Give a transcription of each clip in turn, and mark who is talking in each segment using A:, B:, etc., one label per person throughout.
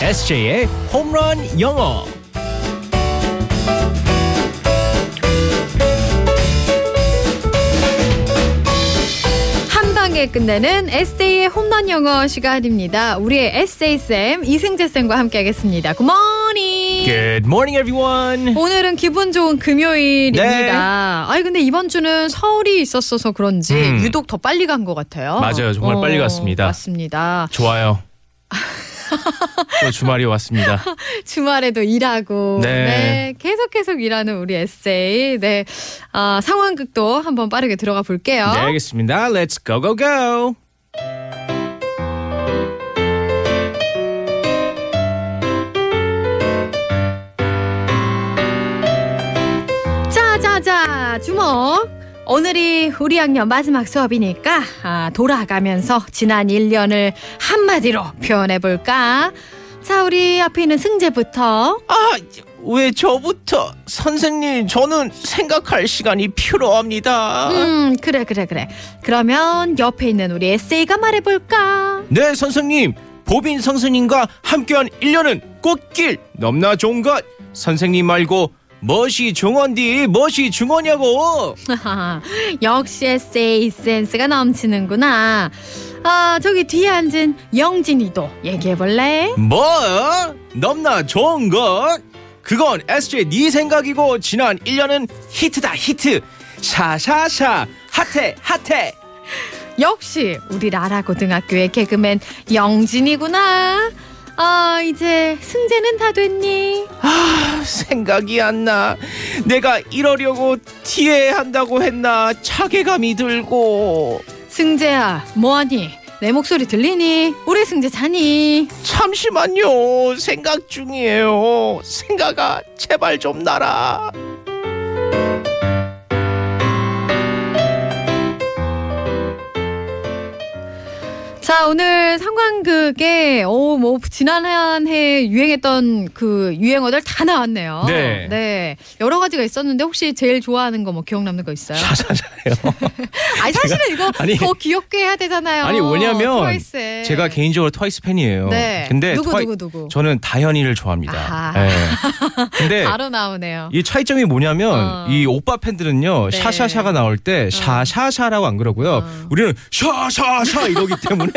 A: SJ의 홈런 영어.
B: 한 방에 끝내는 에세이의 홈런 영어 시간입니다. 우리의 에세이 쌤 이승재 쌤과 함께하겠습니다. 굿모닝.
A: Good morning, everyone.
B: 오늘은 기분 좋은
A: 네.
B: 금요일입니다. 아니 근데 이번 주는 서울이 있었어서 그런지
A: 음.
B: 유독 더 빨리 간 것 같아요. 어,
A: 맞아요. 정말 빨리 갔습니다.
B: 맞습니다.
A: 좋아요. 또 주말이 왔습니다.
B: 주말에도 일하고
A: 네.
B: 계속 계속 일하는 우리 에세이. 네. 아, 상황극도 한번 빠르게 들어가 볼게요.
A: 네, 알겠습니다. Let's go, go, go.
B: 자자자 주먹 오늘이 우리 학년 마지막 수업이니까 아, 돌아가면서 지난 1년을 한마디로 표현해볼까 자 우리 앞에 있는 승재부터
C: 아, 왜 저부터? 선생님, 저는 생각할 시간이 필요합니다.
B: 음 그래 그래 그래 그러면 옆에 있는 우리 에세이가 말해볼까
A: 네, 선생님. 보빈 선생님과 함께한 1년은 꽃길 넘나 좋은 것. 선생님 말고 멋이 중원디 멋이 중원이냐고.
B: 역시 에세이 센스가 넘치는구나 아 저기 뒤에 앉은 영진이도 얘기해볼래
A: 뭐? 넘나 좋은 것? 그건 SJ 네 생각이고 지난 1년은 히트다 히트 샤샤샤 핫해 핫해
B: 역시 우리 라라고등학교의 개그맨 영진이구나. 아 이제 승재는 다 됐니?
C: 생각이 안 나. 내가 이러려고 티에 한다고 했나? 자괴감이 들고.
B: 승재야 뭐하니? 내 목소리 들리니? 우리 승재 자니?
C: 잠시만요. 생각 중이에요. 생각아, 제발 좀 나라.
B: 자 오늘 상관극에 어, 오뭐 지난 한해 유행했던 그 유행어들 다 나왔네요.
A: 네.
B: 네. 여러 가지가 있었는데 혹시 제일 좋아하는 거 뭐 기억 남는 거 있어요?
A: 샤샤샤요
B: 아니 사실은 이거
A: 아니,
B: 더 귀엽게 해야 되잖아요.
A: 아니, 왜냐면
B: 트와이스에.
A: 네. 제가 개인적으로 트와이스 팬이에요
B: 네.
A: 근데
B: 누구
A: 트와이...
B: 누구 누구
A: 저는 다현이를 좋아합니다
B: 아하.
A: 예. 근데
B: 바로 나오네요.
A: 이 차이점이 뭐냐면
B: 어.
A: 이 오빠 팬들은요
B: 네.
A: 샤샤샤가 나올 때 샤샤샤라고 안 그러고요
B: 어.
A: 우리는 샤샤샤 이러기 때문에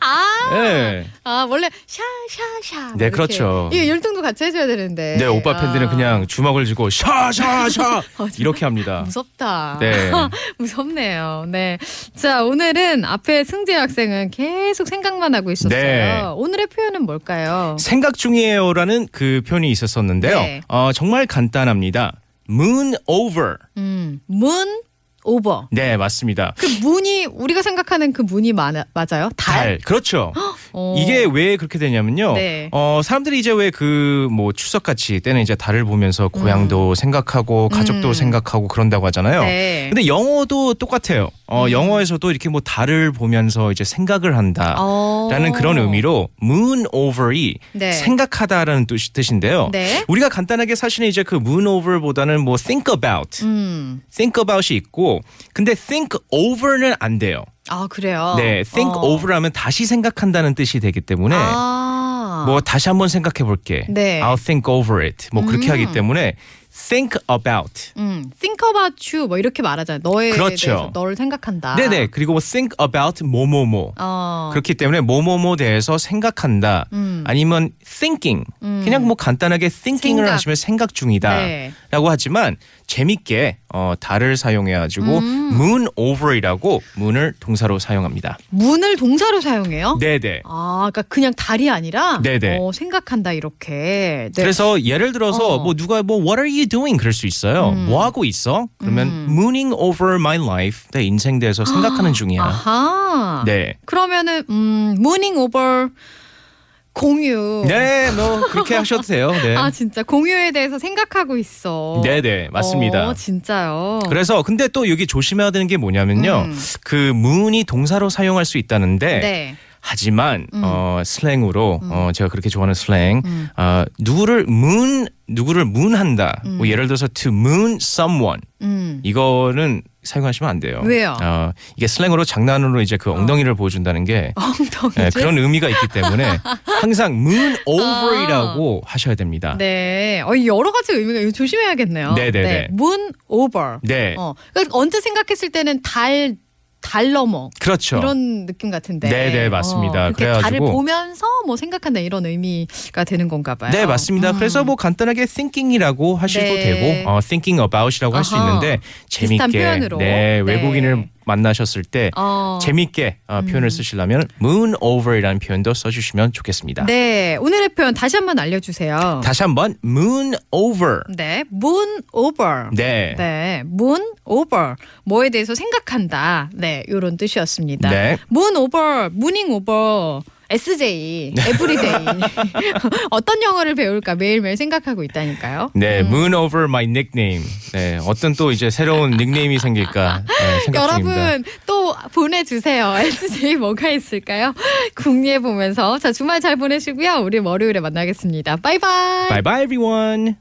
B: 아
A: 예.
B: 아 원래 샤샤샤
A: 네, 그렇죠.
B: 이 율동도 같이 해줘야 되는데
A: 네, 오빠 팬들은
B: 아,
A: 그냥 주먹을 쥐고 샤샤샤 이렇게 합니다.
B: 무섭다
A: 네.
B: 무섭네요 네자 오늘은 앞에 승재 학생은 계속 생각만 하고 있었어요
A: 네.
B: 오늘의 표현은 뭘까요
A: 생각 중이에요라는 그 표현이 있었었는데요.
B: 네.
A: 어, 정말 간단합니다. moon over.
B: 음문 오버
A: 네, 맞습니다.
B: 그 문이 우리가 생각하는 그 문이 많아, 맞아요 달,
A: 달. 그렇죠.
B: 어.
A: 이게 왜 그렇게 되냐면요.
B: 네.
A: 어, 사람들이 이제 왜 그 뭐 추석 같이 때는 이제 달을 보면서 고향도 생각하고 가족도
B: 음.
A: 생각하고 그런다고 하잖아요.
B: 네.
A: 근데 영어도 똑같아요. 어,
B: 음.
A: 영어에서도 이렇게 뭐 달을 보면서 이제 생각을 한다.
B: 어.
A: 라는 그런 의미로 moon over이
B: 네.
A: 생각하다라는 뜻- 뜻인데요.
B: 네.
A: 우리가 간단하게 사실은 이제 그 moon over보다는 뭐 think about,
B: 음.
A: think about이 있고, 근데 think over는 안 돼요.
B: 아 그래요
A: 네, think
B: 어.
A: over라면 다시 생각한다는 뜻이 되기 때문에
B: 아.
A: 뭐 다시 한번 생각해 볼게.
B: 네.
A: I'll think over it. 뭐 그렇게
B: 음.
A: 하기 때문에 think about.
B: 음, think about you 뭐 이렇게 말하잖아요. 너에
A: 그렇죠.
B: 대해서 너를 생각한다.
A: 네네. 그리고 뭐 think about 뭐뭐뭐.
B: 아. 어.
A: 그렇기 때문에 뭐뭐뭐 대해서 생각한다.
B: 음.
A: 아니면 thinking. 그냥 뭐 간단하게 thinking을
B: 생각.
A: 하시면 생각 중이다.
B: 네.
A: 라고 하지만 재밌게 어, 달을 사용해 가지고
B: 음.
A: moon over이라고 moon을 동사로 사용합니다.
B: 문을 동사로 사용해요?
A: 네, 네.
B: 아, 그러니까 그냥 달이 아니라
A: 네네.
B: 어, 생각한다 이렇게. 네.
A: 그래서 예를 들어서
B: 어. 음.
A: 뭐 누가 뭐 what are you doing 그럴 수 있어요. 뭐 하고 있어? 그러면 mooning over my life. 내 인생 대해서 생각하는 중이야.
B: 아. 아하.
A: 네.
B: 그러면은 음, mooning over 공유.
A: 네, 뭐 그렇게 하셔도 돼요. 네.
B: 어. 아, 진짜 공유에 대해서 생각하고 있어.
A: 네, 네. 맞습니다.
B: 어, 진짜요.
A: 그래서 근데 또 여기 조심해야 되는 게 뭐냐면요.
B: 음.
A: 그 moon이 동사로 사용할 수 있다는데
B: 네.
A: 하지만
B: 음.
A: 어, 슬랭으로
B: 음.
A: 어, 제가 그렇게 좋아하는 슬랭
B: 음.
A: 어, 누구를 문 누구를 문한다.
B: 음.
A: 뭐 예를 들어서 to moon someone 예.
B: 음.
A: 이거는 사용하시면 안 돼요.
B: 왜요? 어.
A: 어, 이게 슬랭으로 장난으로 이제 그 엉덩이를 보여준다는 게
B: 엉덩이.
A: 예, 그런 의미가 있기 때문에 항상 moon over이라고 하셔야 됩니다.
B: 아. 네. 어, 여러 가지 의미가 이거 조심해야겠네요.
A: 네네네.
B: 문 오버.
A: 네,
B: 어. 그러니까 언뜻 생각했을 때는 달, 달 넘어.
A: 그렇죠.
B: 이런 느낌 같은데.
A: 네네, 맞습니다.
B: 어, 이렇게
A: 그래가지고-
B: 달을 보면서 뭐 생각한다 이런 의미가 되는 건가 봐요.
A: 네 맞습니다.
B: 음.
A: 그래서 뭐 간단하게 thinking이라고 하셔도
B: 네.
A: 되고 어, thinking about이라고 할 수
B: 아하.
A: 있는데
B: 비슷한
A: 재밌게
B: 표현으로. 네.
A: 네, 외국인을 만나셨을 때
B: 어.
A: 재밌게 어, 표현을 쓰시려면 moon over이라는 표현도 써주시면 좋겠습니다.
B: 네. 오늘의 표현 다시 한번 알려주세요.
A: 다시 한번 moon over.
B: 네. 문 오버.
A: 네.
B: 네, 문 오버 뭐에 대해서 생각한다. 네, 이런 뜻이었습니다.
A: 네.
B: 문 오버, 무닝 오버. SJ
A: 네.
B: 에브리데이 어떤 영어를 배울까 매일매일 생각하고 있다니까요.
A: 네, moon over my nickname. 네, 어떤 또 이제 새로운 닉네임이 생길까 네, 생각 중입니다.
B: 여러분 또 보내주세요. SJ 뭐가 있을까요? 궁리해 보면서 자 주말 잘 보내시고요. 우리 월요일에 만나겠습니다. 바이바이.
A: Bye bye everyone.